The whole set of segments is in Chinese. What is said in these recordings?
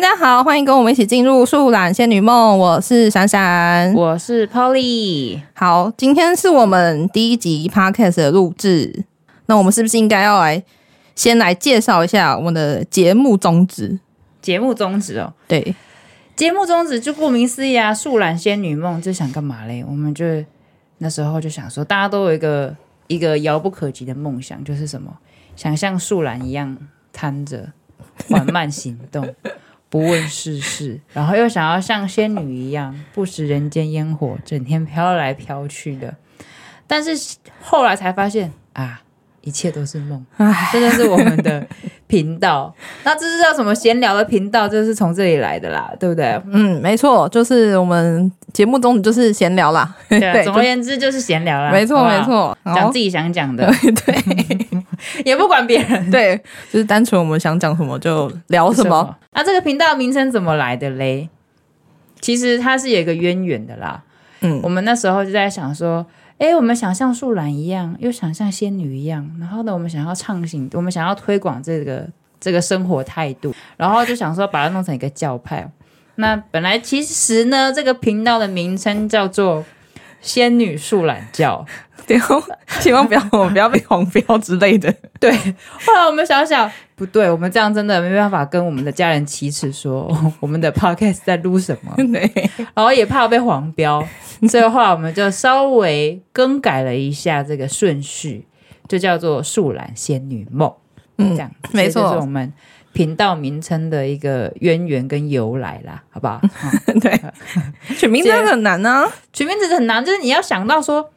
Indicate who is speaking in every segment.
Speaker 1: 家好，欢迎跟我们一起进入《树懒仙女梦》，我是闪闪。
Speaker 2: 我是 Polly，
Speaker 1: 好，今天是我们第一集 podcast 的录制，那我们是不是应该要来先来介绍一下我们的节目宗旨？
Speaker 2: 节目宗旨哦，
Speaker 1: 对，
Speaker 2: 节目宗旨就顾名思义啊，树懒仙女梦就想干嘛嘞？我们就那时候就想说，大家都有一个一个遥不可及的梦想，就是什么，想像树懒一样摊着，缓慢行动，不问世事，然后又想要像仙女一样，不食人间烟火，整天飘来飘去的。但是后来才发现啊，一切都是梦，这就是我们的频道。那这是叫什么闲聊的频道，就是从这里来的啦，对不对？
Speaker 1: 嗯，没错，就是我们节目宗旨就是闲聊啦，
Speaker 2: 对啊，总而
Speaker 1: 就
Speaker 2: 言之就是闲聊啦，
Speaker 1: 没错
Speaker 2: 好不好
Speaker 1: 没，错，
Speaker 2: 啊讲
Speaker 1: 好
Speaker 2: 自己想讲 的， 对，也不管别人
Speaker 1: 对，就是单纯我们想讲什么就
Speaker 2: 哦
Speaker 1: 聊什么。。
Speaker 2: 那这个频道名称怎么来的嘞？其实它是有一个渊源的啦。
Speaker 1: 嗯
Speaker 2: 我们那时候就在想说，哎，我们想像树懒一样，又想像仙女一样，然后呢，我们想要畅行，我们想要推广这个这个生活态度，然后就想说把它弄成一个教派。那本来其实呢，这个频道的名称叫做“仙女树懒教
Speaker 1: 对哦，千万不要不要被黄标之类的。”。
Speaker 2: 后来我们想想，不对，我们这样真的没办法跟我们的家人启齿说 我们的 podcast 在录什么。
Speaker 1: 对，
Speaker 2: 然后也怕被 黄标，所以后来我们就稍微更改了一下这个顺序，就叫做《树懒仙女梦》。
Speaker 1: 嗯
Speaker 2: 这样
Speaker 1: 没错
Speaker 2: 所以这是我们频道名称的一个渊源跟由来啦，好不好？
Speaker 1: 嗯
Speaker 2: 好
Speaker 1: 对，取名真的很难啊。
Speaker 2: 取名字很难，就是你要想到说。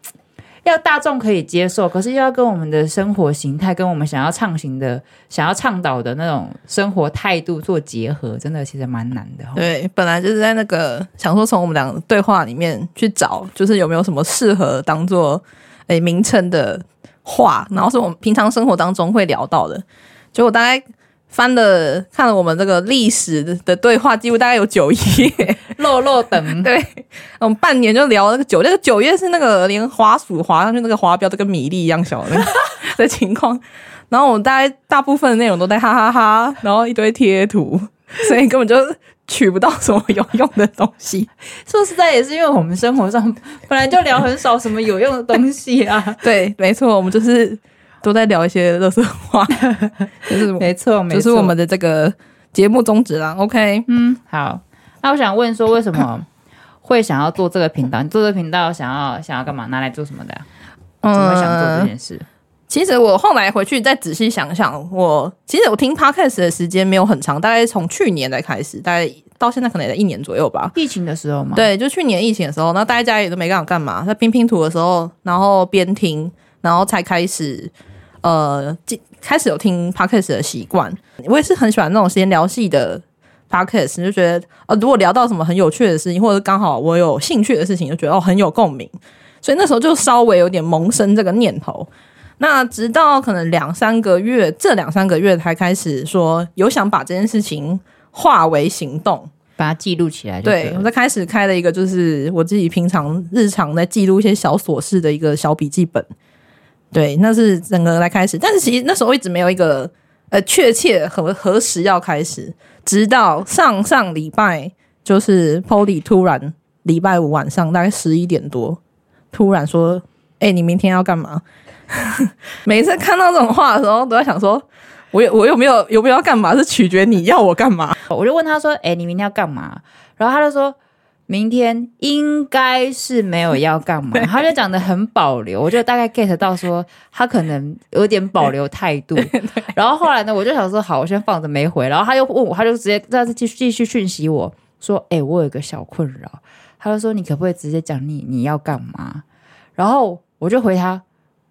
Speaker 2: 要大众可以接受，可是又要跟我们的生活形态、跟我们想要畅行的、想要倡导的那种生活态度做结合，真的其实蛮难的哦。
Speaker 1: 对，本来就是在那个想说从我们两个对话里面去找，就是有没有什么适合当做诶名称的话，然后是我们平常生活当中会聊到的。结果大概翻了看了我们这个历史的对话记录，大概有九页，
Speaker 2: 肉肉等，
Speaker 1: 对，我们半年就聊那个九，那个九页是那个连滑鼠滑上去那个滑标都跟米粒一样小的那个的情况。然后我们大概大部分的内容都在哈哈哈然后一堆贴图，所以根本就取不到什么有用的东 西。
Speaker 2: 说实在也是因为我们生活上 本来就聊很少什么有用的东西 啊。
Speaker 1: 对，没错，我们就是都在聊一些乐色 话，就是我
Speaker 2: 没错，没
Speaker 1: 就是我们的这个节目宗旨啦。OK，
Speaker 2: 嗯好。那我想问说，为什么会想要做这个频道？你做这个频道想要想要干嘛？拿来做什么的啊、怎么会想做这件事？
Speaker 1: 其实我后来回去再仔细想想，我其实我听 podcast 的时间没有很长，大概从去年才开始，大概到现在可能也在一年左右吧。
Speaker 2: 疫情的时候嘛，，
Speaker 1: 对，就去年疫情的时候，那待在家里都没干干嘛，在拼拼图的时候，然后边听，然后才开始呃，进开始有听 podcast 的习惯。我也是很喜欢那种闲聊系的 podcast，就觉得呃，如果聊到什么很有趣的事情，或者刚好我有兴趣的事情，就觉得哦很有共鸣，所以那时候就稍微有点萌生这个念头。那直到可能两三个月，这两三个月才开始说有想把这件事情化为行动，
Speaker 2: 把它记录起来就
Speaker 1: 对，
Speaker 2: 了
Speaker 1: 我在开始开了一个，就是我自己平常日常在记录一些小琐事的一个小笔记本。对，那是整个来开始，但是其实那时候一直没有一个呃确切何何时要开始，直到上上礼拜，就是 Polly 突然礼拜五晚上大概十一点多，突然说：“哎、你明天要干嘛？” 每一次看到这种话的时候，都在想说。我有我有没有有没有要干嘛？是取决你要我干嘛。
Speaker 2: 我就问他说：“哎、你明天要干嘛？”然后他就说：“明天应该是没有要干嘛。”他就讲的很保留，我就大概 get 到说他可能有点保留态度。然后后来呢，我就想说：“好，我先放着没回。”然后他又问我，他就直接再次继续继续讯息我说：“哎、我有一个小困扰。”他就说：“你可不可以直接讲你你要干嘛？”然后我就回他：“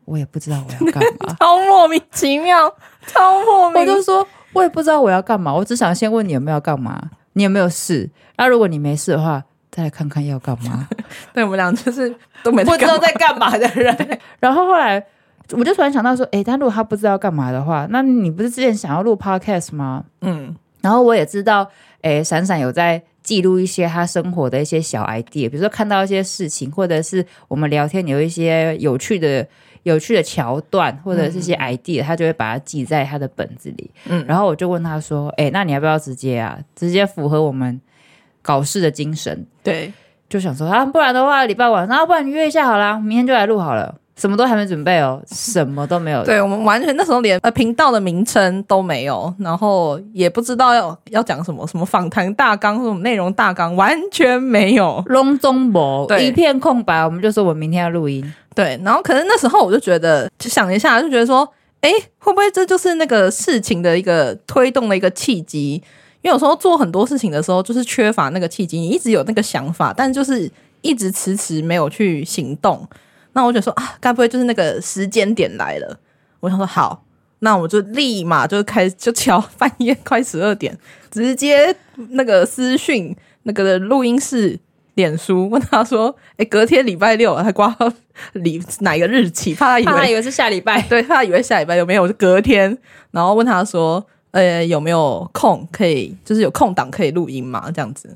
Speaker 2: 我也不知道我要干嘛。”
Speaker 1: 超莫名其妙，超莫
Speaker 2: 我
Speaker 1: 名。
Speaker 2: 就说，我也不知道我要干嘛，我只想先问你有没有要干嘛，你有没有事？那如果你没事的话，再来看看要干 嘛。
Speaker 1: 对我们俩就是都没
Speaker 2: 不
Speaker 1: 在
Speaker 2: 知
Speaker 1: 干
Speaker 2: 道
Speaker 1: 嘛。
Speaker 2: 在干嘛的人。 然后后来我就突然想到说，诶，但如果他不知道干嘛的话，那你不是之前想要录 podcast 吗？
Speaker 1: 嗯，
Speaker 2: 然后我也知道，诶，闪闪有在记录一些他生活的一些小 idea，比如说看到一些事情，或者是我们聊天有一些有趣的、有趣的桥段，或者
Speaker 1: 嗯
Speaker 2: 是一些 idea，、他就会把它记在他的本子里。嗯，然后我就问他说：“哎、那你要不要直接啊？直接符合我们搞事的精神？
Speaker 1: 对，
Speaker 2: 就想说啊，不然的话礼拜晚上，啊、不然你约一下好啦，明天就来录好了。”什么都还没准备哦，什么都没 有。
Speaker 1: 对我们完全那时候连呃频道的名称都没有，然后也不知道要要讲什么，什么访谈大纲、什么内容大纲，完全没有。
Speaker 2: 隆中博
Speaker 1: 对
Speaker 2: 一片空白，我们就说我们明天要录音，
Speaker 1: 对，然后可是那时候我就觉得，就想一下，就觉得说，哎，会不会这就是那个事情的一个推动的一个契机？因为有时候做很多事情的时候，就是缺乏那个契机，你一直有那个想法，但就是一直迟迟没有去行动。那我就说啊，该不会就是那个时间点来了？我想说好，那我就立马就开就敲半夜快十二点，直接那个私讯那个录音室脸书问他说，哎、隔天礼拜六还挂到 礼哪个日期？怕他以
Speaker 2: 怕 他
Speaker 1: 为
Speaker 2: 以为是下礼拜。
Speaker 1: 对，怕他以为下礼拜有没有，我就隔天，然后问他说，呃，有没有空可以，就是有空档可以录音嘛？这样子，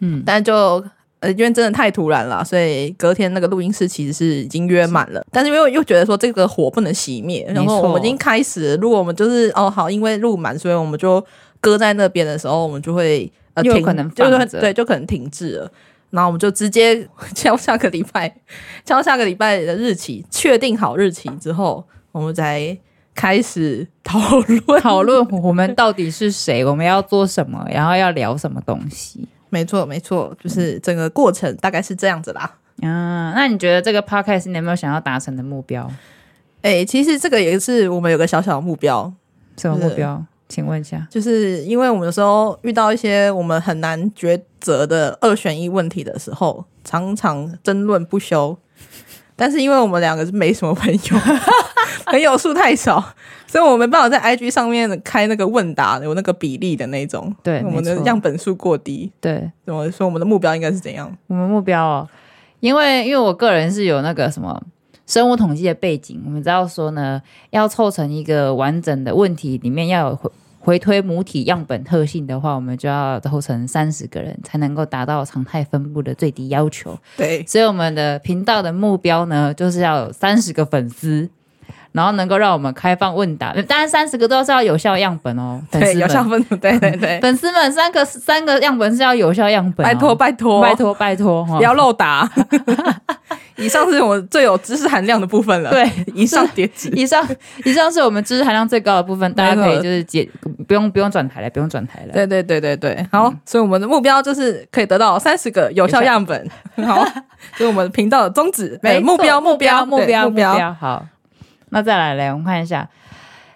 Speaker 2: 嗯，
Speaker 1: 但就呃，因为真的太突然了，所以隔天那个录音室其实是已经约满了。但是因为又觉得说这个火不能熄灭，然后
Speaker 2: 错
Speaker 1: 我们已经开始了，如果我们就是哦好，因为录满，所以我们就搁在那边的时候，我们就会呃
Speaker 2: 又有
Speaker 1: 停
Speaker 2: 可能
Speaker 1: 就是
Speaker 2: 放着
Speaker 1: 对，就可能停滞了。然后我们就直接 敲下个礼拜，敲下个礼拜的日期，确定好日期之后，我们才开始讨论
Speaker 2: 讨论我们到底是谁，我们要做什么，然后要聊什么东西。
Speaker 1: 没错，没错，就是整个过程大概是这样子啦。
Speaker 2: 嗯，那你觉得这个 podcast 你有没有想要达成的目标？
Speaker 1: 哎、其实这个也是我们有个小小的目标，
Speaker 2: 什么目标？请问一下。
Speaker 1: 就是因为我们有时候遇到一些我们很难抉择的二选一问题的时候，常常争论不休。但是因为我们两个是没什么朋 友，朋友数太少，所以我没办法在 IG 上面开那个问答，有那个比例的那种。
Speaker 2: 对
Speaker 1: 我们
Speaker 2: 没
Speaker 1: 的
Speaker 2: 错
Speaker 1: 样本数过低，
Speaker 2: 对
Speaker 1: 怎么说我们的目标应该是怎样？
Speaker 2: 我们目标哦，因为因为我个人是有那个什么生物统计的背景，我们知道说呢，要凑成一个完整的问题，里面要有回回推母体样本特性的话，我们就要凑成三十个人，才能够达到常态分布的最低要求。
Speaker 1: 对，
Speaker 2: 所以我们的频道的目标呢，就是要有三十个粉丝，然后能够让我们开放问答。当然，三十个都是要有效样本哦，粉
Speaker 1: 对，
Speaker 2: 丝
Speaker 1: 有效
Speaker 2: 们，
Speaker 1: 分组，对对 对，
Speaker 2: 粉丝们三个三个样本是要有效样本、哦
Speaker 1: 拜托，拜托
Speaker 2: 啊拜托拜托哈
Speaker 1: 不要漏 答。以上是我最有知识含量的部分了。，
Speaker 2: 对。
Speaker 1: 以上叠纸。
Speaker 2: 以上以上是我们知识含量最高的部分，大家可以就是解不用不用转台了，不用转台了。嗯
Speaker 1: 对对对对对，好，所以我们的目标就是可以得到三十个有效样本， 好，这是我们频道的宗旨，
Speaker 2: 没
Speaker 1: 对，目
Speaker 2: 哎错
Speaker 1: 标
Speaker 2: 目
Speaker 1: 标
Speaker 2: 目
Speaker 1: 对
Speaker 2: 标
Speaker 1: 目标，
Speaker 2: 好，那再来嘞，我们看一下，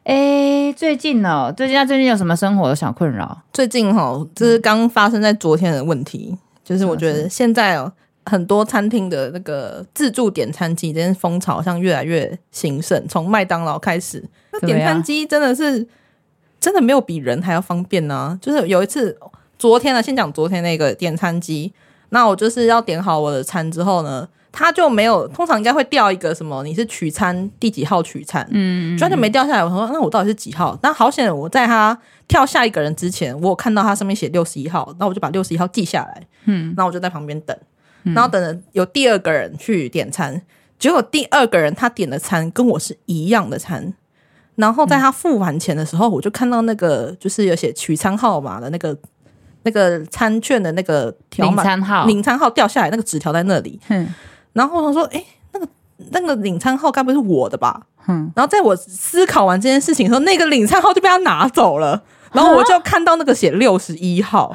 Speaker 2: 哎，最近哦，最近那最近有什么生活的小困扰？
Speaker 1: 最近哈，这是刚发生在昨天的问题，嗯就是我觉得现在哦，很多餐厅的那个自助点餐机，这件风潮好像越来越兴盛，从麦当劳开始，那
Speaker 2: 怎么
Speaker 1: 点餐
Speaker 2: 样
Speaker 1: 机真的是真的没有比人还要方便呢、就是有一次，昨天啊呢，先讲昨天那个点餐机，那我就是要点好我的餐之后呢。它就没有，通常应该会掉一个什么？你是取餐第几号取餐？嗯，就它就没掉下来。我说那我到底是几号？那好险，我在它跳下一个人之前，我有看到它上面写六十一号，那我就把六十一号记下来。嗯，那我就在旁边等，然后等了有第二个人去点餐，结果第二个人他点的餐跟我是一样的餐，然后在他付完钱的时候，我就看到那个就是有写取餐号码的那个那个餐券的那个条
Speaker 2: 领
Speaker 1: 码
Speaker 2: 餐号，
Speaker 1: 领餐号掉下来，那个纸条在那里。
Speaker 2: 哼
Speaker 1: 然后我想说，哎、那个那个领餐号该不会是我的吧？
Speaker 2: 哼，
Speaker 1: 然后在我思考完这件事情的时候，那个领餐号就被他拿走了。然后我就看到那个写六十一号，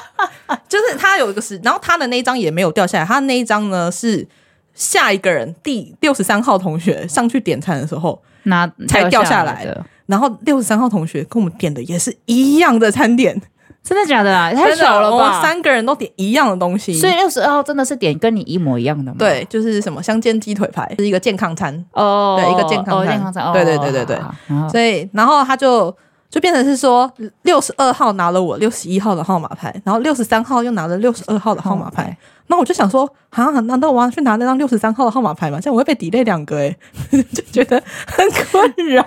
Speaker 1: 就是他有一个是，然后他的那一张也没有掉下来，他那一张呢是下一个人第六十三号同学上去点餐的时候，
Speaker 2: 拿
Speaker 1: 才掉下来
Speaker 2: 来的，
Speaker 1: 然后六十三号同学跟我们点的也是一样的餐点，
Speaker 2: 真的假的啊？太
Speaker 1: 真的
Speaker 2: 巧了
Speaker 1: 我们
Speaker 2: 吧！
Speaker 1: 三个人都点一样的东西，
Speaker 2: 所以六十二号真的是点跟你一模一样的吗？
Speaker 1: 对，就是什么香煎鸡腿排是一个健康餐，
Speaker 2: 哦，
Speaker 1: 对一个健康餐
Speaker 2: 哦、健康餐，哦、
Speaker 1: 对对对对对
Speaker 2: 好好好然后
Speaker 1: 所以然后他就就变成是说六十二号拿了我六十一号的号码牌，然后六十三号又拿了六十二号的号码
Speaker 2: 哦
Speaker 1: 牌。那我就想说，啊，难道我要去拿那张六十三号的号码牌吗？这样我会被 delay 两个诶、 就觉得很困扰，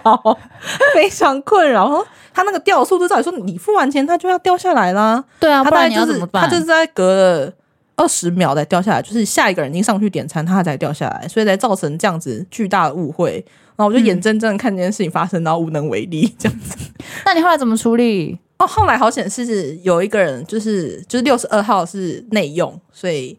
Speaker 1: 非常困扰。然后他那个掉速度，照理说你付完钱，它就要掉下来啦。
Speaker 2: 对啊，
Speaker 1: 他
Speaker 2: 不
Speaker 1: 大概
Speaker 2: 然你
Speaker 1: 就
Speaker 2: 要
Speaker 1: 是
Speaker 2: 怎么办？
Speaker 1: 他就是在隔了二十秒才掉下来，就是下一个人已经上去点餐，他才掉下来，所以才造成这样子巨大的误会。然后我就眼睁睁地看这件事情发生，然后无能为力这样子。
Speaker 2: 那你后来怎么处理？
Speaker 1: 哦，后来好险是有一个人，就是就是六十二号是内用，所以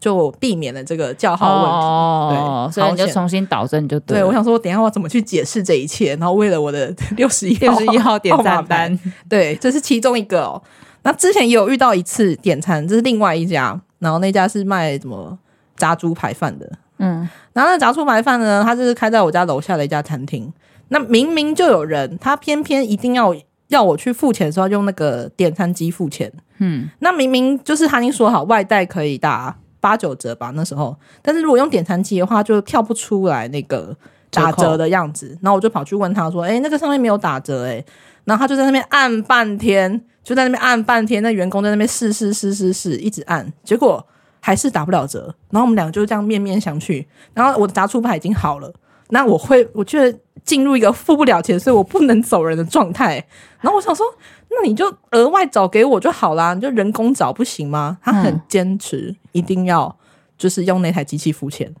Speaker 1: 就避免了这个叫号问题。
Speaker 2: 哦，
Speaker 1: 对
Speaker 2: 所以你就
Speaker 1: 好险
Speaker 2: 重新导正就
Speaker 1: 对，
Speaker 2: 了。
Speaker 1: 我想说，我等一下我怎么去解释这一切？然后为了我的 六十一
Speaker 2: 六十一号点赞
Speaker 1: 单。
Speaker 2: 单，
Speaker 1: 对，这是其中一个哦。那之前也有遇到一次点餐，这是另外一家，然后那家是卖什么炸猪排饭的。
Speaker 2: 嗯，
Speaker 1: 然后那炸猪排饭呢，它就是开在我家楼下的一家餐厅。那明明就有人，他偏偏一定要要我去付钱的时候用那个点餐机付钱。嗯，那明明就是他已经说好外带可以打八九折吧，那时候，但是如果用点餐机的话，就跳不出来那个打
Speaker 2: 折
Speaker 1: 折
Speaker 2: 扣
Speaker 1: 的样子。然后我就跑去问他说：“哎、那个上面没有打折哎、诶然后他就在那边按半天，就在那边按半天，那员工在那边试试试试试，一直按，结果还是打不了折。然后我们两个就这样面面相觑。然后我的炸猪排已经好了，那我会，我觉得进入一个付不了钱，所以我不能走人的状态。然后我想说，那你就额外找给我就好啦，你就人工找不行吗？他很坚持，一定要就是用那台机器付钱，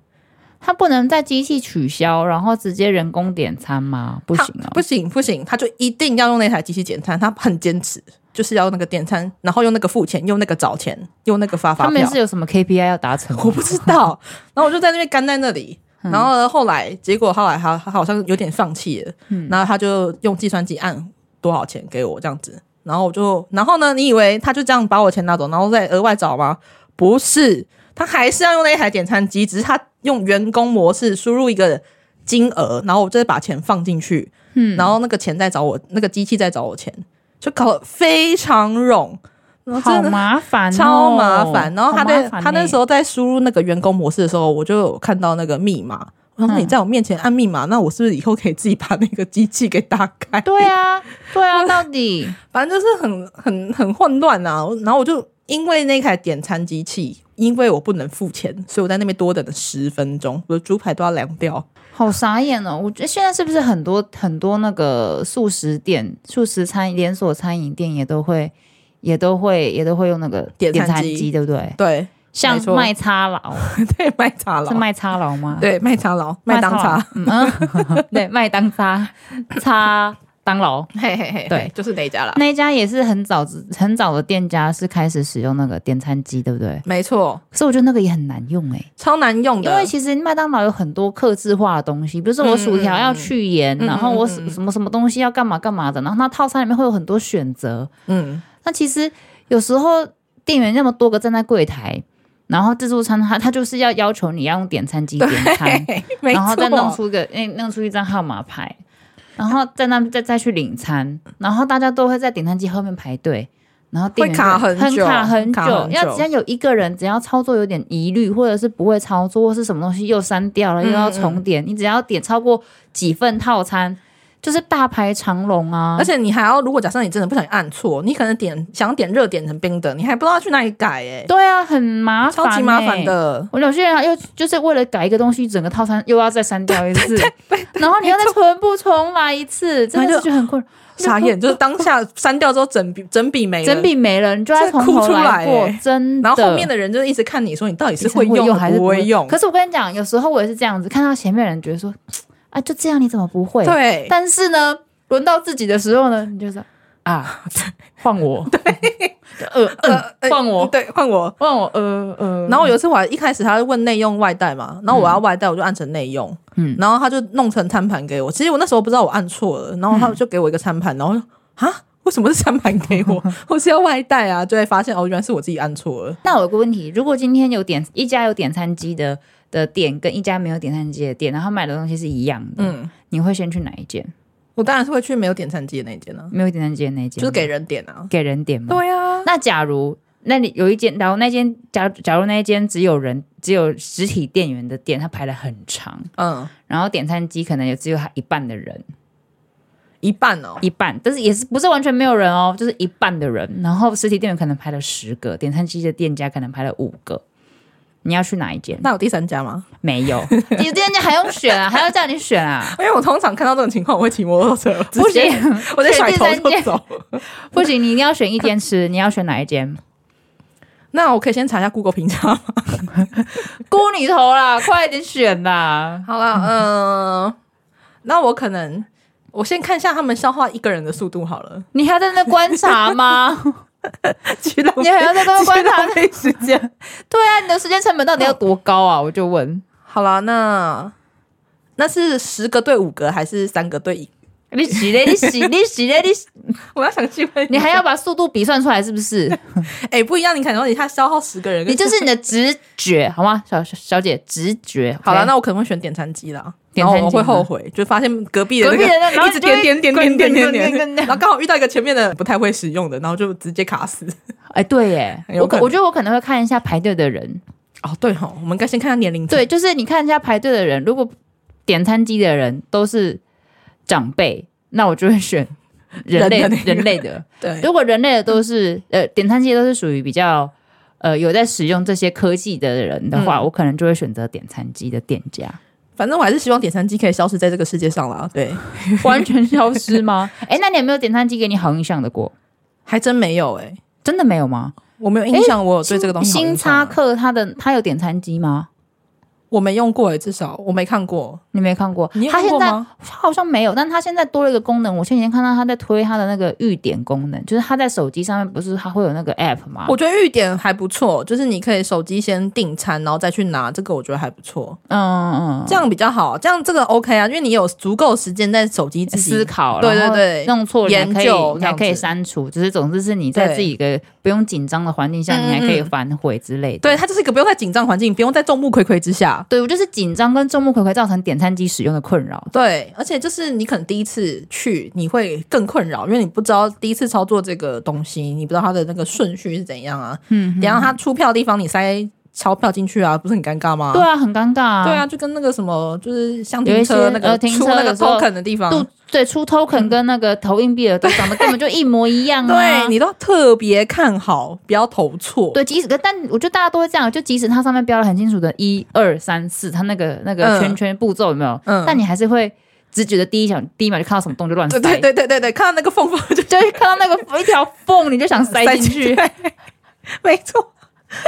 Speaker 2: 他不能在机器取消，然后直接人工点餐吗？不
Speaker 1: 他
Speaker 2: 行哦
Speaker 1: 不。行不行，他就一定要用那台机器点餐，他很坚持。就是要用那个点餐，然后用那个付钱，用那个找钱，用那个发发
Speaker 2: 他们
Speaker 1: 票。
Speaker 2: 是有什么 KPI 要达成吗？
Speaker 1: 我不知道。然后我就在那边干在那里，然后呢后来结果后来他他好像有点放弃了，然后他就用计算机按多少钱给我这样子，然后我就然后呢，你以为他就这样把我钱拿走，然后再额外找吗？不是，他还是要用那一台点餐机，只是他用员工模式输入一个金额，然后我再把钱放进去，嗯，然后那个钱再找我，那个机器再找我钱，就搞得非常冗。然后真
Speaker 2: 好
Speaker 1: 的
Speaker 2: 麻烦哦，
Speaker 1: 超麻烦。然后他
Speaker 2: 好麻
Speaker 1: 在、
Speaker 2: 烦
Speaker 1: 他那
Speaker 2: 欸
Speaker 1: 时候在输入那个员工模式的时候，我就有看到那个密码。我想
Speaker 2: 嗯
Speaker 1: 说你在我面前按密码，那我是不是以后可以自己把那个机器给打开？
Speaker 2: 对啊，对啊，到底
Speaker 1: 反正就是很很很混乱啊。然后我就因为那台点餐机器，因为我不能付钱，所以我在那边多等了十分钟，我的猪排都要凉掉。
Speaker 2: 好傻眼哦！我觉得现在是不是很多很多那个素食店、素食餐连锁餐饮店也都会、也都会、也都会用那个
Speaker 1: 点餐机
Speaker 2: 餐机，对不对？
Speaker 1: 对
Speaker 2: 像
Speaker 1: 没错
Speaker 2: 麦 叉佬
Speaker 1: 对，卖茶佬
Speaker 2: 是，麦叉佬吗？
Speaker 1: 对卖茶佬，卖当茶，
Speaker 2: 麦佬，嗯， 对，麦当叉叉当劳
Speaker 1: 嘿嘿嘿，
Speaker 2: 对，
Speaker 1: 就是那一家啦。
Speaker 2: 那一家也是很早之很早的店家是开始使用那个点餐机，对不对？
Speaker 1: 没错，
Speaker 2: 可是我觉得那个也很难用哎、
Speaker 1: 超难用的，
Speaker 2: 因为其实麦当劳有很多克制化的东西，比如说我薯条要去盐，
Speaker 1: 嗯嗯
Speaker 2: 然后我
Speaker 1: 嗯嗯
Speaker 2: 什什么什么东西要干嘛干嘛的，然后那套餐里面会有很多选择。
Speaker 1: 嗯，
Speaker 2: 那其实有时候店员那么多个站在柜台，然后自助餐他他就是要要求你要用点餐机点餐，
Speaker 1: 嘿没
Speaker 2: 然后
Speaker 1: 错，
Speaker 2: 再弄出一个那弄出一张号码牌，然后在那再再去领餐，然后大家都会在点餐机后面排队。然后店员
Speaker 1: 会卡
Speaker 2: 就
Speaker 1: 很
Speaker 2: 很
Speaker 1: 久
Speaker 2: 卡很
Speaker 1: 卡
Speaker 2: 久，
Speaker 1: 很
Speaker 2: 要
Speaker 1: 久
Speaker 2: 只要有一个人只要操作有点疑虑，或者是不会操作，或是什么东西又删掉
Speaker 1: 嗯
Speaker 2: 了，又要重点，你只要点超过几份套餐，就是大排长龙啊
Speaker 1: 而。且你还要，如果假设你真的不小心按错，你可能点想点热点成冰的，你还不知道去哪里改、欸，
Speaker 2: 对啊，很麻烦、欸
Speaker 1: 超级麻烦。的。
Speaker 2: 我有些人又就是为了改一个东西，整个套餐又要再删掉一次，然后你要再全部重来一次，真
Speaker 1: 然
Speaker 2: 的是
Speaker 1: 后就
Speaker 2: 就很困扰。
Speaker 1: 傻眼，就是当下删掉之后整笔整笔没了，
Speaker 2: 欸整笔没了，你就要从
Speaker 1: 真的哭
Speaker 2: 头来过
Speaker 1: 出来，欸
Speaker 2: 真的。
Speaker 1: 然后后面的人就一直看你说你到底是
Speaker 2: 你
Speaker 1: 会
Speaker 2: 会
Speaker 1: 用
Speaker 2: 还是
Speaker 1: 不会用，
Speaker 2: 可是我跟你讲，有时候我也是这样子，看到前面的人觉得说，啊，就这样，你怎么不会？。
Speaker 1: 对，
Speaker 2: 但是呢，轮到自己的时候呢，你就说啊，换 我，对，呃呃，
Speaker 1: 呃
Speaker 2: 换我，
Speaker 1: 对换我。
Speaker 2: 换我，呃呃。
Speaker 1: 然后有一次我还一开始他问内用外带嘛，然后我要外带我就按成内用，嗯
Speaker 2: 嗯，
Speaker 1: 然后他就弄成餐盘给我。其实我那时候不知道我按错了，然后
Speaker 2: 嗯
Speaker 1: 他就给我一个餐盘，然后我就啊，为什么是餐盘给我？ 我是要外带啊，就会发现哦，原来是我自己按错了。
Speaker 2: 那我有个问题，如果今天有点一家有点餐机的的店，跟一家没有点餐机的店，然后买的东西是一样的，
Speaker 1: 嗯，
Speaker 2: 你会先去哪一间？
Speaker 1: 我当然是会去没有点餐机的那一间啊，
Speaker 2: 没有点餐机的那一间吗，
Speaker 1: 就是给人点啊。
Speaker 2: 给人点吗？
Speaker 1: 对 啊，
Speaker 2: 那假如那里有一间，然后那间假如假如那一间只有人只有实体店员的店，它排的很长，
Speaker 1: 嗯，
Speaker 2: 然后点餐机可能也只有它一半的人，
Speaker 1: 一半哦，
Speaker 2: 一半，但是也是不是完全没有人哦，就是一半的人。然后实体店员可能拍了十个，点餐机的店家可能拍了五个。你要去哪一间？
Speaker 1: 那有第三家吗？
Speaker 2: 没有，你店家还用选啊？还要叫你选啊？
Speaker 1: 因为我通常看到这种情况，我会骑摩托车，
Speaker 2: 不
Speaker 1: 直接
Speaker 2: 行，
Speaker 1: 我在甩
Speaker 2: 选第
Speaker 1: 头
Speaker 2: 三
Speaker 1: 就
Speaker 2: 间
Speaker 1: 走。
Speaker 2: 不行，你一定要选一间吃。你要选哪一 间？
Speaker 1: 那我可以先查一下 Google 评价吗？
Speaker 2: 箍你头啦，快点选啦！
Speaker 1: 好了，嗯、那我可能我先看一下他们消化一个人的速度好了，
Speaker 2: 你还在那观察 吗？
Speaker 1: 去浪
Speaker 2: 你还要在那边观察？
Speaker 1: 费时间。
Speaker 2: 对啊，你的时间成本到底要多高啊？我就问，
Speaker 1: 好了，那那是十个对五个还是三个对一？
Speaker 2: 你洗 嘞，你洗，你洗嘞，你洗
Speaker 1: 我要想去问
Speaker 2: 你还要把速度比算出来，是不是？
Speaker 1: 哎、不一样，你可能一下消耗十个人，
Speaker 2: 你就是你的直觉，好吗，小小小姐，直觉。
Speaker 1: 好了，
Speaker 2: OK
Speaker 1: 那我可能会选点餐机啦。
Speaker 2: 点
Speaker 1: 然后
Speaker 2: 餐机
Speaker 1: 我会
Speaker 2: 吗
Speaker 1: 后悔，就发现隔壁的那
Speaker 2: 隔壁的那然
Speaker 1: 个
Speaker 2: 后
Speaker 1: 一
Speaker 2: 你
Speaker 1: 直
Speaker 2: 就会
Speaker 1: 点点点点点点
Speaker 2: 滚滚滚
Speaker 1: 点，
Speaker 2: 滚滚
Speaker 1: 然后刚好遇到一个前面的不太会使用的，然后就直接卡死。
Speaker 2: 哎，对耶，
Speaker 1: 有
Speaker 2: 我
Speaker 1: 可
Speaker 2: 可
Speaker 1: 能
Speaker 2: 我觉得我可能会看一下排队的人，
Speaker 1: 哦，对哈，我们应该先看下年龄层。
Speaker 2: 对，就是你看一下排队的人，如果点餐机的人都是长辈，那我就会选人类
Speaker 1: 人的那个
Speaker 2: 人类的。
Speaker 1: 对，
Speaker 2: 如果人类的都是呃点餐机都是属于比较呃有在使用这些科技的人的话，
Speaker 1: 嗯
Speaker 2: 我可能就会选择点餐机的店家。
Speaker 1: 反正我还是希望点餐机可以消失在这个世界上啦。对，
Speaker 2: 完全消失吗？ 哎、那你有没有点餐机给你好印象的过？
Speaker 1: 还真没有哎、
Speaker 2: 真的没有吗？
Speaker 1: 我没有印象，我有对这个东西好
Speaker 2: 星
Speaker 1: 印象啊
Speaker 2: 巴克它的它有点餐机吗？
Speaker 1: 我没用过哎、至少我没看过。
Speaker 2: 你没看过？
Speaker 1: 你有
Speaker 2: 它
Speaker 1: 用
Speaker 2: 现
Speaker 1: 过
Speaker 2: 在
Speaker 1: 吗？
Speaker 2: 它好像没有，但它现在多了一个功能。我前几天看到它在推它的那个预点功能，就是它在手机上面不是它会有那个 app 吗？
Speaker 1: 我觉得预点还不错，就是你可以手机先订餐，然后再去拿，这个我觉得还不错，
Speaker 2: 嗯嗯
Speaker 1: 这样比较好，这样这个 OK 啊，因为你有足够时间在手机自
Speaker 2: 嗯，思
Speaker 1: 己
Speaker 2: 考，
Speaker 1: 对
Speaker 2: 然后
Speaker 1: 对对
Speaker 2: 弄错了你还可以
Speaker 1: 研究
Speaker 2: 你还可
Speaker 1: 这
Speaker 2: 以
Speaker 1: 样子
Speaker 2: 删除，只是总之是你在
Speaker 1: 对
Speaker 2: 自己的不用紧张的环境下，
Speaker 1: 嗯
Speaker 2: 你还可以
Speaker 1: 嗯
Speaker 2: 反悔之类的。
Speaker 1: 对，它就是一个不用在紧张环境，不用在众目睽睽之下。
Speaker 2: 对，我就是紧张跟众目睽睽造成点餐机使用的困扰。
Speaker 1: 对，而且就是你可能第一次去，你会更困扰，因为你不知道第一次操作这个东西，你不知道它的那个顺序是怎样啊。嗯，等一下它出票的地方你塞钞票进去啊，不是很尴尬吗？
Speaker 2: 对啊，很尴尬啊。
Speaker 1: 对啊，就跟那个什么，就是像
Speaker 2: 有
Speaker 1: 停
Speaker 2: 一
Speaker 1: 车
Speaker 2: 些
Speaker 1: 那个
Speaker 2: 呃停
Speaker 1: 出
Speaker 2: 车
Speaker 1: 那个
Speaker 2: 的时候
Speaker 1: token 的地方，
Speaker 2: 度对出 token 跟那个投硬币的都长得根本就一模一样啊。
Speaker 1: 嗯对你都特别看好，不要投错。
Speaker 2: 对，即使但我觉得大家都会这样，就即使它上面标了很清楚的一二三四，它那个那个
Speaker 1: 嗯
Speaker 2: 圈圈步骤有没有？
Speaker 1: 嗯
Speaker 2: 但你还是会直觉的第一想第一秒就看到什么洞就乱塞，
Speaker 1: 对对对对对对，看到那个缝缝 就
Speaker 2: 就是看到那个一条缝你就想塞进去，
Speaker 1: 对没错，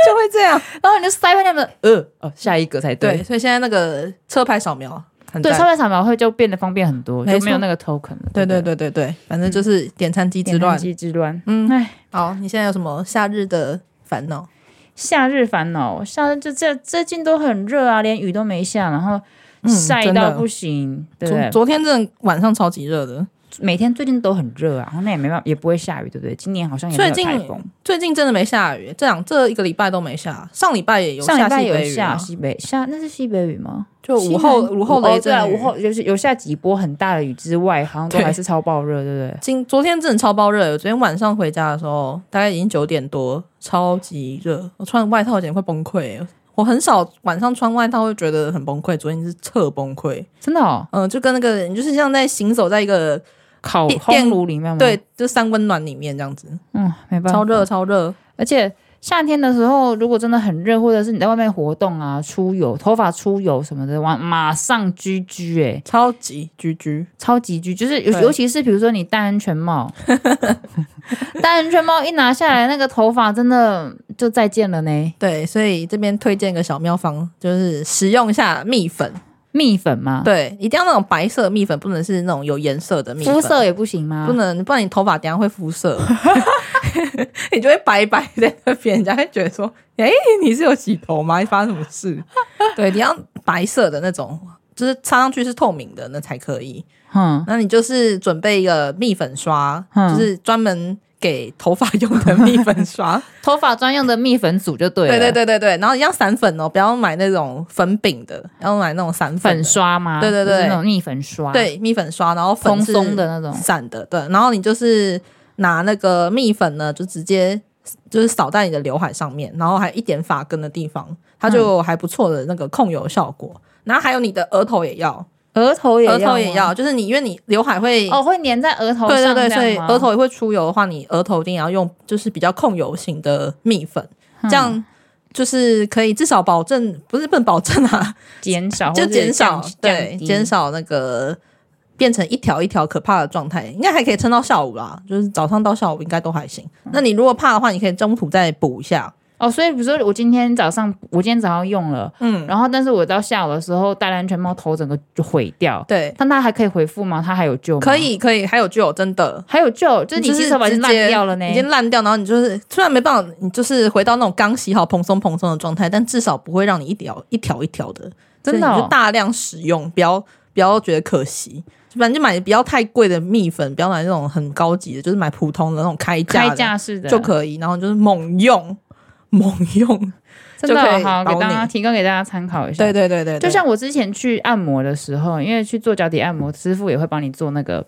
Speaker 1: 就会这样。
Speaker 2: 然后你就塞回那个呃哦下一个才
Speaker 1: 对，
Speaker 2: 对。
Speaker 1: 所以现在那个车牌扫描很
Speaker 2: 对，
Speaker 1: 赞
Speaker 2: 超快扫描会就变得方便很多，
Speaker 1: 没
Speaker 2: 就没有
Speaker 1: 错
Speaker 2: 那个 token 了。
Speaker 1: 对对
Speaker 2: 不
Speaker 1: 对对对，反正就是点餐机之
Speaker 2: 点餐
Speaker 1: 乱。
Speaker 2: 机之乱。
Speaker 1: 嗯，
Speaker 2: 哎，
Speaker 1: 好，你现在有什么夏日的烦恼？
Speaker 2: 夏日烦恼，夏日这这最近都很热啊，连雨都没下，然后
Speaker 1: 嗯
Speaker 2: 晒
Speaker 1: 真
Speaker 2: 到
Speaker 1: 的
Speaker 2: 不行，对不
Speaker 1: 昨
Speaker 2: 对？
Speaker 1: 昨天真的晚上超级热的，
Speaker 2: 每天最近都很热啊，然后那也没办法，也不会下雨，对不对？今年好像也没有
Speaker 1: 最近
Speaker 2: 台风，
Speaker 1: 最近真的没下雨，这两这一个礼拜都没下，上礼拜也有
Speaker 2: 上
Speaker 1: 下
Speaker 2: 礼拜
Speaker 1: 西
Speaker 2: 有
Speaker 1: 北雨啊
Speaker 2: 下，西北下，那是西北雨吗？
Speaker 1: 就午
Speaker 2: 西南
Speaker 1: 后午后雷
Speaker 2: 哦对
Speaker 1: 阵
Speaker 2: 啊，
Speaker 1: 雨
Speaker 2: 午后就是有下几波很大的雨之外，好像都
Speaker 1: 对
Speaker 2: 还是超爆热，对不对？
Speaker 1: 今昨天真的超爆热，我昨天晚上回家的时候，大概已经九点多，超级热，我穿外套简直快崩溃。我很少晚上穿外套会觉得很崩溃，昨天是彻崩溃。
Speaker 2: 真的哦，
Speaker 1: 嗯、就跟那个你就是像在行走在一个
Speaker 2: 烤
Speaker 1: 电
Speaker 2: 烘炉里面吗？，
Speaker 1: 对，就三温暖里面这样子，
Speaker 2: 嗯，没办法，
Speaker 1: 超热超热。
Speaker 2: 而且夏天的时候，如果真的很热，或者是你在外面活动啊、出油、头发出油什么的，完马上居居哎、
Speaker 1: 超级居居，
Speaker 2: 超级居，就是尤
Speaker 1: 对
Speaker 2: 尤其是比如说你戴安全帽， 戴安全帽一拿下来，那个头发真的就再见了呢。
Speaker 1: 对，所以这边推荐个小妙方，就是使用一下蜜粉，
Speaker 2: 蜜粉吗？，
Speaker 1: 对，一定要那种白色的蜜粉，不能是那种有颜色的蜜粉，
Speaker 2: 肤色也不行吗
Speaker 1: 不？能，不然你头发等一下会肤色， 你就会白白在那边，人家会觉得说，哎、你是有洗头吗？你发生什么事？对，你要白色的那种，就是擦上去是透明的那才可以。
Speaker 2: 嗯，
Speaker 1: 那你就是准备一个蜜粉刷，
Speaker 2: 嗯
Speaker 1: 就是专门给头发用的蜜粉 刷。
Speaker 2: 头发专用的蜜粉组就对了。
Speaker 1: 对对对对对，然后一样散粉哦，不要买那种粉饼的，要买那种散粉的
Speaker 2: 粉。刷吗？
Speaker 1: 对对对
Speaker 2: 就是那种蜜粉刷。，
Speaker 1: 对，蜜粉刷，然后粉
Speaker 2: 蓬
Speaker 1: 是
Speaker 2: 松的那种。
Speaker 1: 散的，对。然后你就是拿那个蜜粉呢，就直接就是扫在你的刘海上面，然后还有一点
Speaker 2: 嗯
Speaker 1: 发根的地方，它就有还不错的那个控油效果。然后还有你的额头也要，
Speaker 2: 额头也
Speaker 1: 额头也
Speaker 2: 吗
Speaker 1: 要，就是你因为你刘海会
Speaker 2: 哦，会粘在额头
Speaker 1: 对对
Speaker 2: 上
Speaker 1: 对，
Speaker 2: 这样
Speaker 1: 所以
Speaker 2: 吗
Speaker 1: 额头也会出油的话，你额头一定要用就是比较控油型的蜜粉，
Speaker 2: 嗯
Speaker 1: 这样就是可以至少保证，不是不能保证 啊，
Speaker 2: 减少
Speaker 1: 就
Speaker 2: 或者
Speaker 1: 减少
Speaker 2: 降
Speaker 1: 对
Speaker 2: 降低
Speaker 1: 减少那个变成一条一条可怕的状态，应该还可以撑到下午啦，就是早上到下午应该都还行。那你如果怕的话，你可以中途再补一下，
Speaker 2: 哦，所以比如说我今天早上，我今天早上用了，嗯，然后但是我到下午的时候戴了安全帽，头整个就毁掉，
Speaker 1: 对，
Speaker 2: 但它还可以回复吗？它还有救吗？
Speaker 1: 可，以可以，还有就有真的
Speaker 2: 还有救，就是你
Speaker 1: 就是
Speaker 2: 洗手板已经
Speaker 1: 直接
Speaker 2: 烂掉了呢
Speaker 1: 已。经烂掉，然后你就是虽然没办法，你就是回到那种刚洗好蓬松蓬松的状态，但至少不会让你一条一条一条的，
Speaker 2: 真的哦
Speaker 1: 所以你就大量使用，不要不要觉得可惜。反正就买不要太贵的蜜粉，不要买那种很高级的，就是买普通的那种开价
Speaker 2: 开
Speaker 1: 的
Speaker 2: 架式的
Speaker 1: 就可以，然后就是猛用猛用。 就
Speaker 2: 真的
Speaker 1: 可
Speaker 2: 哦
Speaker 1: 以
Speaker 2: 好，给
Speaker 1: 保
Speaker 2: 大家
Speaker 1: 你
Speaker 2: 提供给大家参考一下。
Speaker 1: 对对对对，对
Speaker 2: 就像我之前去按摩的时候，因为去做脚底按摩，师傅也会帮你做那个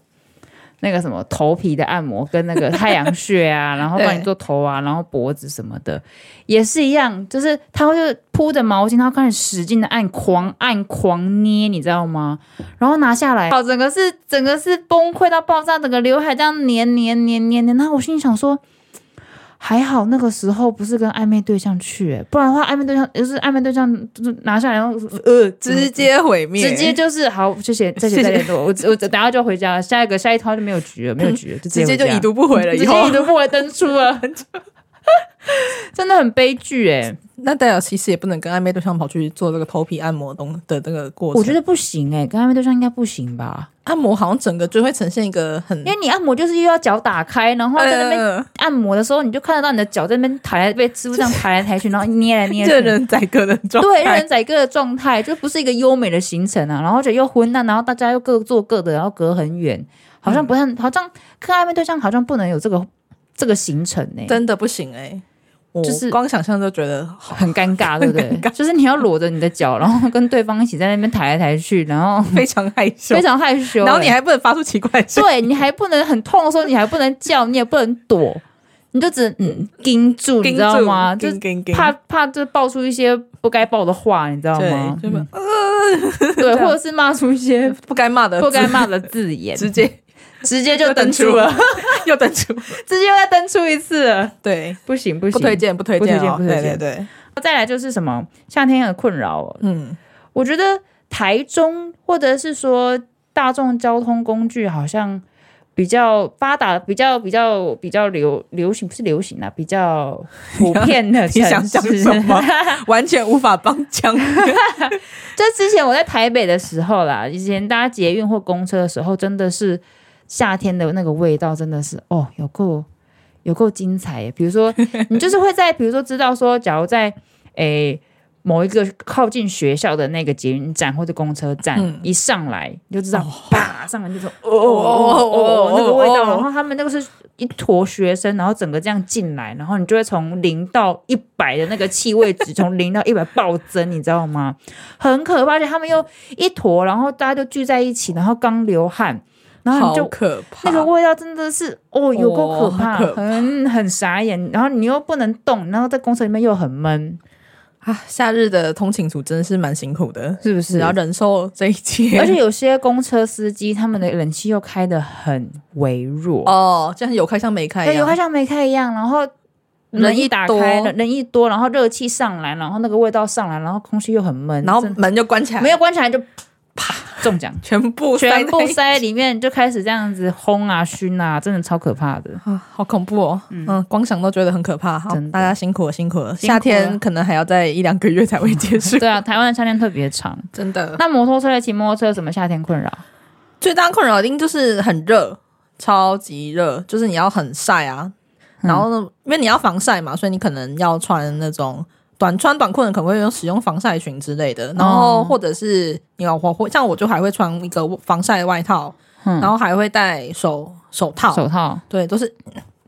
Speaker 2: 那个什么头皮的按摩，跟那个太阳穴啊， 然后帮你
Speaker 1: 对
Speaker 2: 做头啊，然后脖子什么的，也是一样，就是他会就铺着毛巾，他开始使劲的按，狂按狂捏，你知道吗？然后拿下来，哦，整个是整个是崩溃到爆炸，整个刘海这样粘粘粘粘粘，那我心里想说。还好那个时候不是跟暧昧对象去、欸不然的话暧昧对象就是暧昧对象就是拿下来，然后呃
Speaker 1: 直接毁灭，
Speaker 2: 嗯直接就是好，谢谢，谢谢再 联络。我我我等下就回家了，下一个下一套就没有局了，没有局了，就
Speaker 1: 直接
Speaker 2: 接
Speaker 1: 就
Speaker 2: 回家
Speaker 1: 已读不回了，
Speaker 2: 直
Speaker 1: 以
Speaker 2: 接
Speaker 1: 后
Speaker 2: 已读不回登出了， 真的很悲剧哎、
Speaker 1: 那代表其实也不能跟暧昧对象跑去做这个头皮按摩东的这个过程。
Speaker 2: 我觉得不行哎、跟暧昧对象应该不行吧？
Speaker 1: 按摩好像整个就会呈现一个很
Speaker 2: 因为你按摩就是又要脚打开，然后在那边
Speaker 1: 呃
Speaker 2: 按摩的时候，你就看得到你的脚在那边抬来被师傅这样抬来抬去，然后捏来捏 去，
Speaker 1: 任人宰割的状
Speaker 2: 对，任
Speaker 1: 态。
Speaker 2: 人宰割的状态，就不是一个优美的行程啊。然后就又昏暗，然后大家又各做各的，然后隔很远，好
Speaker 1: 嗯
Speaker 2: 像不太，好像跟暧昧对象好像不能有这个这个行程呢、
Speaker 1: 真的不行哎、我
Speaker 2: 就是
Speaker 1: 光想象就觉得好
Speaker 2: 很尴尬， 对不
Speaker 1: 很
Speaker 2: 对？就是你要裸着你的脚，然后跟对方一起在那边抬来抬去，然后
Speaker 1: 非常害羞，
Speaker 2: 非常害羞欸、
Speaker 1: 然后你还不能发出奇怪的声音，
Speaker 2: 对你还不能很痛的时候，你还不能叫，你也不能 躲，你就只能嗯盯住， 你知道吗？就
Speaker 1: 盯
Speaker 2: 是
Speaker 1: 住盯盯
Speaker 2: 怕怕就爆出一些不该爆的话，你知道
Speaker 1: 对
Speaker 2: 吗，？
Speaker 1: 就
Speaker 2: 嗯对，
Speaker 1: 这样
Speaker 2: 或者是骂出一些
Speaker 1: 不该骂的
Speaker 2: 不该
Speaker 1: 字
Speaker 2: 骂的 字眼，
Speaker 1: 直 接
Speaker 2: 直接
Speaker 1: 又
Speaker 2: 就
Speaker 1: 登
Speaker 2: 登
Speaker 1: 出
Speaker 2: 出了
Speaker 1: 了，，又登出，
Speaker 2: 直接又再登出一次了，
Speaker 1: 对，
Speaker 2: 不行不行，
Speaker 1: 不推荐，不推荐哦，
Speaker 2: 不推荐不推
Speaker 1: 对对
Speaker 2: 荐
Speaker 1: 对，
Speaker 2: 再来就是什么夏天的困扰哦，
Speaker 1: 嗯，
Speaker 2: 我觉得台中或者是说大众交通工具好像比较发达，比较比较比较流流行，不是流行啊，比较普遍的
Speaker 1: 你想
Speaker 2: 城
Speaker 1: 讲
Speaker 2: 市。
Speaker 1: 什 么完全无法帮腔，
Speaker 2: 就之前我在台北的时候啦，以前搭捷运或公车的时候，真的是夏天的那个味道，真的是哦，有够有够精彩耶！比如说，你就是会在，比如说知道说，假如在诶。某一个靠近学校的那个捷运站或者公车站，
Speaker 1: 嗯
Speaker 2: 一上来你就知道，啪，上来就说哦
Speaker 1: 哦
Speaker 2: 哦哦哦，那个味道。然
Speaker 1: 哦
Speaker 2: 后他们那个是一坨学生，然后整个这样进来，然后你就会从零到一百的那个气味值从零到一百暴增，你知道吗？很可怕，而且他们又一坨，然后大家就聚在一起，然后刚流汗，然后
Speaker 1: 好
Speaker 2: 啊你就
Speaker 1: 可怕，
Speaker 2: 那个味道真的是哦，有够可怕，
Speaker 1: 哦很可怕
Speaker 2: 很很傻眼。然后你又不能动，然后在公车里面又很闷，
Speaker 1: 啊，夏日的通勤族真的是蛮辛苦的，
Speaker 2: 是不是？
Speaker 1: 只 要忍受这一切，
Speaker 2: 而且有些公车司机他们的冷气又开得很微弱，
Speaker 1: 哦，就像有开箱没开一
Speaker 2: 对，有
Speaker 1: 样，
Speaker 2: 开像没开一样，然后。
Speaker 1: 人
Speaker 2: 门一
Speaker 1: 一
Speaker 2: 打
Speaker 1: 多
Speaker 2: 开，人人一多，然后热气上来，然后那个味道上来，然后空气又很闷，
Speaker 1: 然后
Speaker 2: 真
Speaker 1: 门就关起来，
Speaker 2: 没有关起来就啪中奖，
Speaker 1: 全部塞
Speaker 2: 全部
Speaker 1: 在
Speaker 2: 塞在里面，就开始这样子轰啊熏啊，真的超可 怕的。
Speaker 1: 啊，好恐怖哦！嗯光想都觉得很可怕。好
Speaker 2: 真，的
Speaker 1: 大家辛苦了，辛苦了。
Speaker 2: 辛苦了
Speaker 1: 夏天可能还要再一两个月才会结束，
Speaker 2: 对啊，台湾的夏天特别长。
Speaker 1: 真的。
Speaker 2: 那摩托车的骑摩托车有什么夏天困扰？
Speaker 1: 最大困扰一定就是很热，超级热，就是你要很晒啊。然后呢，因为你要防晒嘛，所以你可能要穿那种短穿短裤的，可能会用使用防晒裙之类的。然后或者是你要我会像我就还会穿一个防晒外套，
Speaker 2: 嗯
Speaker 1: 然后还会戴手手套，
Speaker 2: 手套，
Speaker 1: 对，都是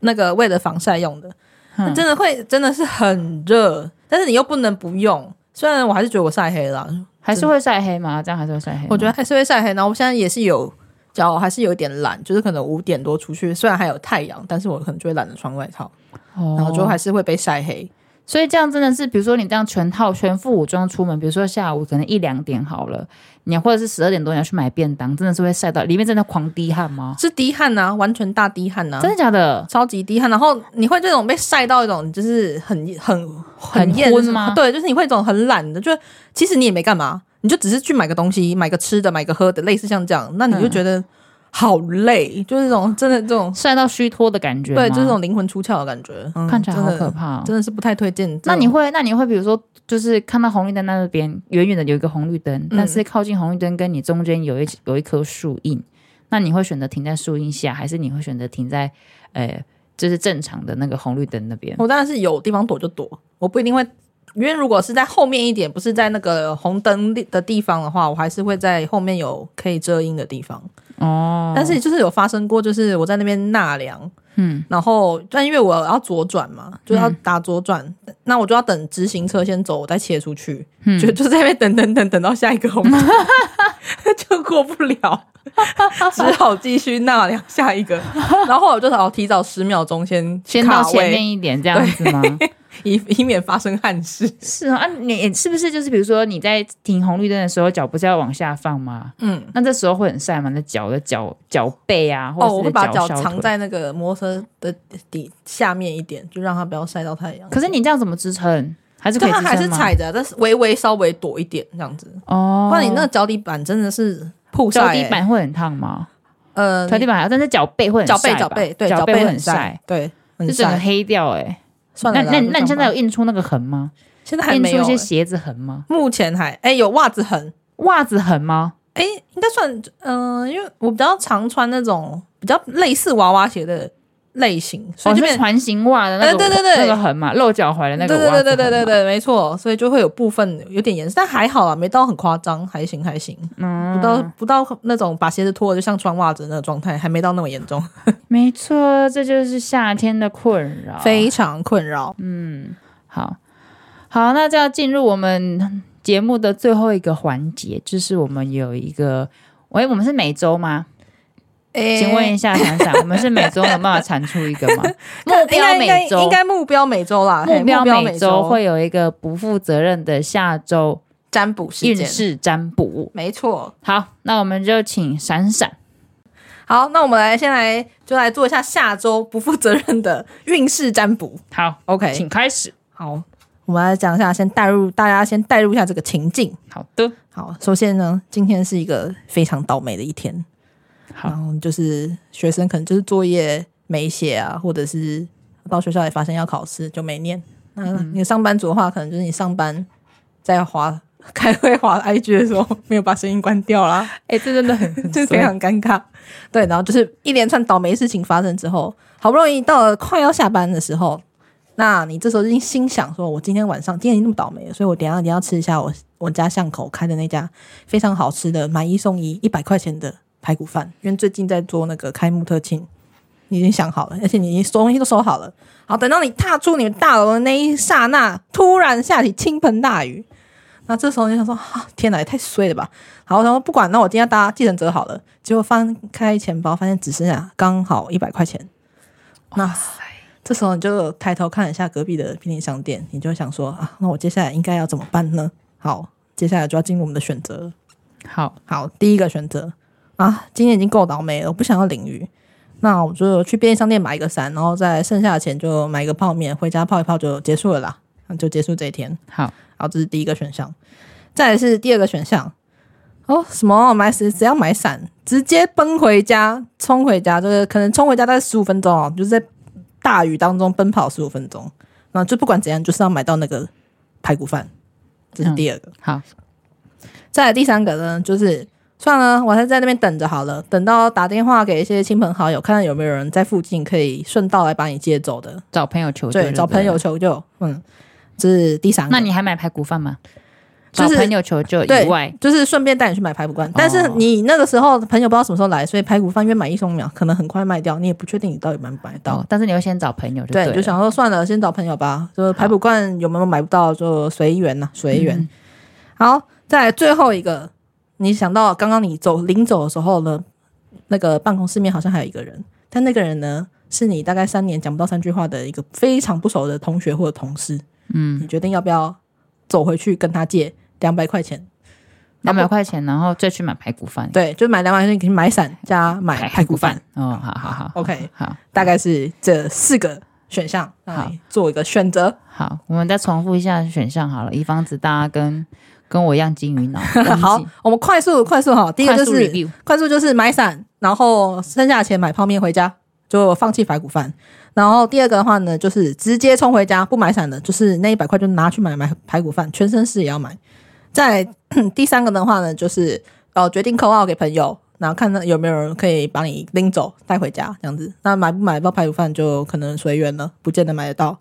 Speaker 1: 那个为了防晒用的。
Speaker 2: 嗯
Speaker 1: 真的会真的是很热，但是你又不能不用。虽然我还是觉得我晒黑了，啊
Speaker 2: 还是会晒黑吗？这样还是会晒黑吗？
Speaker 1: 我觉得还是会晒黑。然后我现在也是有，脚还是有点懒，就是可能五点多出去，虽然还有太阳，但是我可能就会懒得穿外套，
Speaker 2: 哦，
Speaker 1: 然后就还是会被晒黑。
Speaker 2: 所以这样真的是，比如说你这样全套全副武装出门，比如说下午可能一两点好了，你或者是十二点多你要去买便当，真的是会晒到里面真的狂滴汗吗？
Speaker 1: 是滴汗呐、完全大滴汗呐、啊
Speaker 2: 真的假的？
Speaker 1: 超级滴汗，然后你会这种被晒到一种就是很很
Speaker 2: 很
Speaker 1: 厌
Speaker 2: 昏吗
Speaker 1: 对，就是你会一种很懒的，就其实你也没干嘛，你就只是去买个东西，买个吃的，买个喝的，类似像这样，那你就觉
Speaker 2: 嗯
Speaker 1: 得好累，就是这种真的这种
Speaker 2: 晒到虚脱的感觉吗，
Speaker 1: 对，就是这种灵魂出窍的感觉，嗯
Speaker 2: 看起来好
Speaker 1: 真
Speaker 2: 可
Speaker 1: 的
Speaker 2: 怕、哦。
Speaker 1: 真的是不太推荐这种。
Speaker 2: 那你会，那你会，比如说，就是看到红绿灯那边，远远的有一个红绿灯，
Speaker 1: 嗯
Speaker 2: 但是靠近红绿灯跟你中间有一有一棵树荫，那你会选择停在树荫下，还是你会选择停在，呃，就是正常的那个红绿灯那边？
Speaker 1: 我当然是有地方躲就躲，我不一定会，因为如果是在后面一点，不是在那个红灯的地方的话，我还是会在后面有可以遮阴的地方。
Speaker 2: 哦，
Speaker 1: 但是就是有发生过，就是我在那边纳凉，
Speaker 2: 嗯，
Speaker 1: 然后但因为我要左转嘛，就要打左转，那我就要等直行车先走，我再切出去，
Speaker 2: 嗯
Speaker 1: 就就在那边等等等等到下一个红灯， 就过不了，只好继续纳凉下一个。然后我就好提早十秒钟先
Speaker 2: 先
Speaker 1: 卡
Speaker 2: 到前
Speaker 1: 位
Speaker 2: 面一点这样子吗？
Speaker 1: 以以免发生憾事。
Speaker 2: 是啊，啊你是不是就是比如说你在停红绿灯的时候，脚不是要往下放吗？
Speaker 1: 嗯，
Speaker 2: 那这时候会很晒吗？那脚的脚脚背啊，或者
Speaker 1: 哦，
Speaker 2: 是
Speaker 1: 我会把脚
Speaker 2: 小腿
Speaker 1: 藏在那个摩托车的底下面一点，就让它不要晒到太阳。
Speaker 2: 可是你这样怎么支撑？还是可
Speaker 1: 就
Speaker 2: 以
Speaker 1: 它
Speaker 2: 支
Speaker 1: 啊还是
Speaker 2: 撑吗？
Speaker 1: 踩着，但是微微稍微躲一点这样子。
Speaker 2: 哦
Speaker 1: 不，然你那个脚底板真的是曝晒、
Speaker 2: 脚
Speaker 1: 欸
Speaker 2: 底板会很烫吗？
Speaker 1: 呃，
Speaker 2: 脚底板还好，但是脚背会很
Speaker 1: 脚背
Speaker 2: 晒吧
Speaker 1: 脚背对
Speaker 2: 脚
Speaker 1: 背
Speaker 2: 会
Speaker 1: 很
Speaker 2: 晒，，
Speaker 1: 对，
Speaker 2: 就
Speaker 1: 很
Speaker 2: 整个
Speaker 1: 晒。
Speaker 2: 黑掉哎。
Speaker 1: 算
Speaker 2: 那
Speaker 1: 了啦，
Speaker 2: 那
Speaker 1: 就
Speaker 2: 那你
Speaker 1: 这样
Speaker 2: 现
Speaker 1: 吧
Speaker 2: 在有印出那个痕吗？
Speaker 1: 现在还
Speaker 2: 印
Speaker 1: 没
Speaker 2: 出
Speaker 1: 有
Speaker 2: 一
Speaker 1: 欸、
Speaker 2: 些鞋子痕吗？
Speaker 1: 目前还哎、有袜子痕，
Speaker 2: 袜子痕吗？
Speaker 1: 哎、应该算嗯、因为我比较常穿那种比较类似娃娃鞋的类型，所
Speaker 2: 哦，
Speaker 1: 以就是变
Speaker 2: 船型袜的那个
Speaker 1: 哎对对对
Speaker 2: 那个痕嘛，露脚踝的那个
Speaker 1: 对对
Speaker 2: 袜子
Speaker 1: 对对对对
Speaker 2: 痕嘛
Speaker 1: 对，没错，所以就会有部分有点严，但还好啊，没到很夸张，还行还行，
Speaker 2: 嗯，
Speaker 1: 不到不到那种把鞋子脱了就像穿袜子的那个状态，还没到那么严重，
Speaker 2: 没错，这就是夏天的困扰。
Speaker 1: 非常困扰。
Speaker 2: 好，好，那就要进入我们节目的最后一个环节，就是我们有一个，喂，我们是每周吗？
Speaker 1: 哎
Speaker 2: 请问一下，想想，我们是每周有办法产出一个 吗？目
Speaker 1: 应
Speaker 2: 标
Speaker 1: 该
Speaker 2: 每
Speaker 1: 应该应
Speaker 2: 周，
Speaker 1: 该目标每周啦，嘿
Speaker 2: 目标每周
Speaker 1: 周
Speaker 2: 会有一个不负责任的下周
Speaker 1: 占卜事
Speaker 2: 运
Speaker 1: 件，
Speaker 2: 势占卜。
Speaker 1: 没错。
Speaker 2: 好，那我们就请闪闪。
Speaker 1: 好，那我们来先来就来做一下下周不负责任的运势占卜。
Speaker 2: 好，
Speaker 1: OK，
Speaker 2: 请开始。
Speaker 1: 好，我们来讲一下，先带入大家先带入一下这个情境。
Speaker 2: 好 的，
Speaker 1: 好，首先呢，今天是一个非常倒霉的一天。
Speaker 2: 好
Speaker 1: 然后就是学生可能就是作业没写啊，或者是到学校也发现要考试就没念。那你上班族的话，可能就是你上班在滑开会滑 IG 的时候，没有把声音关掉啦，
Speaker 2: 哎、这真的 很
Speaker 1: 就是非常尴尬。对，然后就是一连串倒霉事情发生之后，好不容易到了快要下班的时候，那你这时候已经心想说，我今天晚上今天已经那么倒霉了，所以我等一下一定要吃一下我我家巷口开的那家非常好吃的买一送一一百块钱的排骨饭，因为最近在做那个开幕特庆。你已经想好了，而且你已经东西都收好了。好，等到你踏出你们大楼的那一刹那，突然下起倾盆大雨。那这时候你想说，啊、天哪，也太衰了吧！好，我想说不管，那我今天要搭计程车好了。结果翻开钱包，发现只剩下刚好一百块钱。那这时候你就抬头看一下隔壁的便利商店，你就会想说啊，那我接下来应该要怎么办呢？好，接下来就要进入我们的选择了。
Speaker 2: 好，
Speaker 1: 好，第一个选择啊，今天已经够倒霉了，我不想要淋雨。那我就去便利商店买一个伞，然后再剩下的钱就买一个泡面，回家泡一泡就结束了啦，那就结束这一天。
Speaker 2: 好，
Speaker 1: 好，这是第一个选项。再来是第二个选项，哦，什么买只只要买伞，直接奔回家，冲回家，就是可能冲回家大概十五分钟哦，就是在大雨当中奔跑十五分钟，然后就不管怎样，就是要买到那个排骨饭，这是第二个。
Speaker 2: 好，
Speaker 1: 再来第三个呢，就是算了，我还是在那边等着好了，等到打电话给一些亲朋好友，看看有没有人在附近可以顺道来把你接走的，
Speaker 2: 找朋友求救，
Speaker 1: 对，找
Speaker 2: 不
Speaker 1: 朋友。求救，嗯，这是第三个。
Speaker 2: 那你还买排骨饭吗？
Speaker 1: 就
Speaker 2: 找
Speaker 1: 是
Speaker 2: 朋友求救
Speaker 1: 对
Speaker 2: 以外，
Speaker 1: 就是顺便带你去买排骨饭。但是你那个时候朋友不知道什么时候来，所以排骨饭约买一送一秒，可能很快卖掉，你也不确定你到底买不买到。
Speaker 2: 哦，但是你要先找朋友就
Speaker 1: 对，
Speaker 2: 了
Speaker 1: 就想说算了，先找朋友吧。就是排骨饭有没有买不到，就随缘呐，随缘。好，再来最后一个，你想到刚刚你走临走的时候呢，那个办公室面好像还有一个人，但那个人呢，是你大概三年讲不到三句话的一个非常不熟的同学或者同事。嗯，你决定要不要走回去跟他借两百块钱？
Speaker 2: 两百块钱，然后再去买排骨饭，
Speaker 1: 对，就买两百块钱给你买伞加买排骨饭，。
Speaker 2: 哦，好好 好
Speaker 1: OK
Speaker 2: 好
Speaker 1: 大概是这四个选项，让你做一个选择。
Speaker 2: 好，我们再重复一下选项好了，以防止大家跟跟我一样金 鱼脑。
Speaker 1: 好，我们快速快速哈，第一个就
Speaker 2: 快速
Speaker 1: 是
Speaker 2: review
Speaker 1: 快速就是买伞，然后剩下的钱买泡面回家，就放弃排骨饭。然后第二个的话呢，就是直接冲回家，不买伞的，就是那一百块就拿去买买排骨饭，全身是也要买。再来 第三个的话呢，就是呃决定扣号给朋友，然后看到有没有人可以把你拎走带回家这样子。那买不买到排骨饭就可能随缘了，不见得买得到。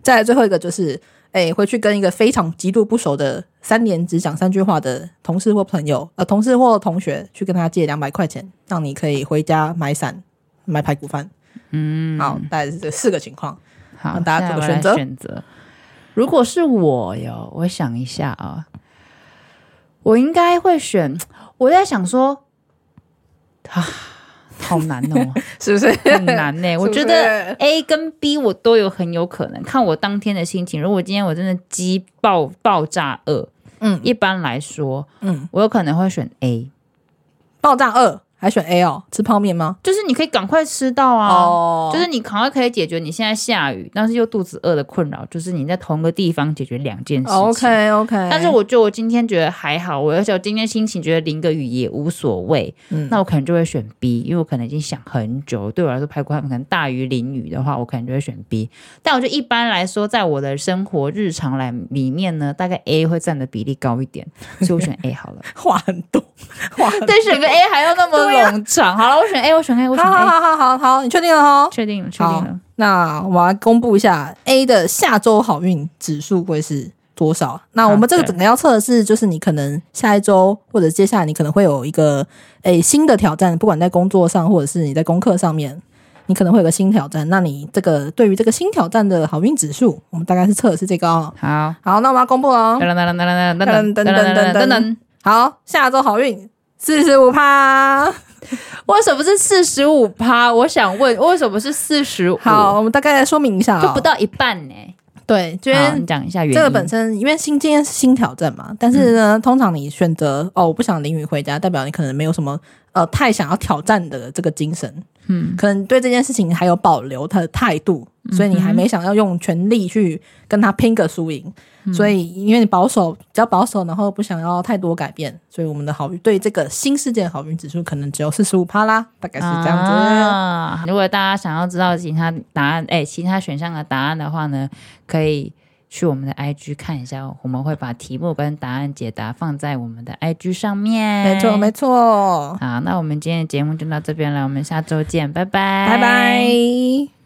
Speaker 1: 再来最后一个就是，哎、回去跟一个非常极度不熟的三年只讲三句话的同事或朋友，呃，同事或同学去跟他借两百块钱，让你可以回家买伞、买排骨饭。嗯，好，大概是这四个情况。
Speaker 2: 好，
Speaker 1: 让大家做个
Speaker 2: 现在我
Speaker 1: 选择
Speaker 2: 来选择。如果是我哟，我想一下啊，我应该会选。我在想说，啊，好难 哦，
Speaker 1: 是不是？
Speaker 2: 很难呢、我觉得
Speaker 1: 是
Speaker 2: A 跟 B 我都有很有可能，看我当天的心情。如果今天我真的鸡爆爆炸饿，
Speaker 1: 嗯
Speaker 2: 一般来说，
Speaker 1: 嗯，
Speaker 2: 我有可能会选 A，
Speaker 1: 爆炸二还选 A 哦，吃泡面吗？
Speaker 2: 就是你可以赶快吃到啊。
Speaker 1: 哦
Speaker 2: 就是你赶快可以解决你现在下雨，但是又肚子饿的困扰，就是你在同个地方解决两件事情。
Speaker 1: 哦 OK OK，
Speaker 2: 但是我觉得我今天觉得还好，我而且我今天心情觉得淋个雨也无所谓，
Speaker 1: 嗯
Speaker 2: 那我可能就会选 B，因为我可能已经想很久，对我来说排骨饭可能大于淋雨的话，我可能就会选 B。但我觉得一般来说，在我的生活日常来里面呢，大概 A 会占的比例高一点，所以我选 A 好 了。
Speaker 1: 话很多，话很多。
Speaker 2: 对，选个 A 还要那么冗长，好了，我选 A，我选 A，我选
Speaker 1: 啊好
Speaker 2: A，
Speaker 1: 好好好好好，你确定了哦？
Speaker 2: 确定了，确定了。
Speaker 1: 那我来公布一下 A 的下周好运指数会是多少？那我们这个整个要测的是，就是你可能下一周或者接下来你可能会有一个诶、新的挑战，不管在工作上或者是你在功课上面，你可能会有个新挑战。那你这个对于这个新挑战的好运指数，我们大概是测的是这个哦。
Speaker 2: 好，
Speaker 1: 好，那我们要公布哦
Speaker 2: 噔。噔噔噔
Speaker 1: 噔
Speaker 2: 噔
Speaker 1: 噔噔
Speaker 2: 噔噔
Speaker 1: 噔
Speaker 2: 噔
Speaker 1: 噔噔
Speaker 2: 噔噔，
Speaker 1: 好，下周好运四十五趴。
Speaker 2: 为什么是四十五趴？我想问，为什么是四十五？
Speaker 1: 好，我们大概说明一下、哦，
Speaker 2: 就不到一半呢、
Speaker 1: 对，
Speaker 2: 好，
Speaker 1: 因为
Speaker 2: 你讲一下原因。嗯
Speaker 1: 这个本身因为新今天是新挑战嘛，但是呢，通常你选择哦，我不想淋雨回家，代表你可能没有什么呃太想要挑战的这个精神，
Speaker 2: 嗯，
Speaker 1: 可能对这件事情还有保留他的态度，所以你还没想要用全力去跟他拼个输赢，
Speaker 2: 嗯
Speaker 1: 所以因为你保守比较保守，然后不想要太多改变，所以我们的好运对这个新事件的好运指数可能只有四十五趴啦，大概是这样子。
Speaker 2: 啊。如果大家想要知道其他答案，哎、其他选项的答案的话呢，可以去我们的 IG 看一下，我们会把题目跟答案解答放在我们的 IG 上面。
Speaker 1: 没错，没错，
Speaker 2: 好，那我们今天的节目就到这边了，我们下周见，拜拜，
Speaker 1: 拜拜。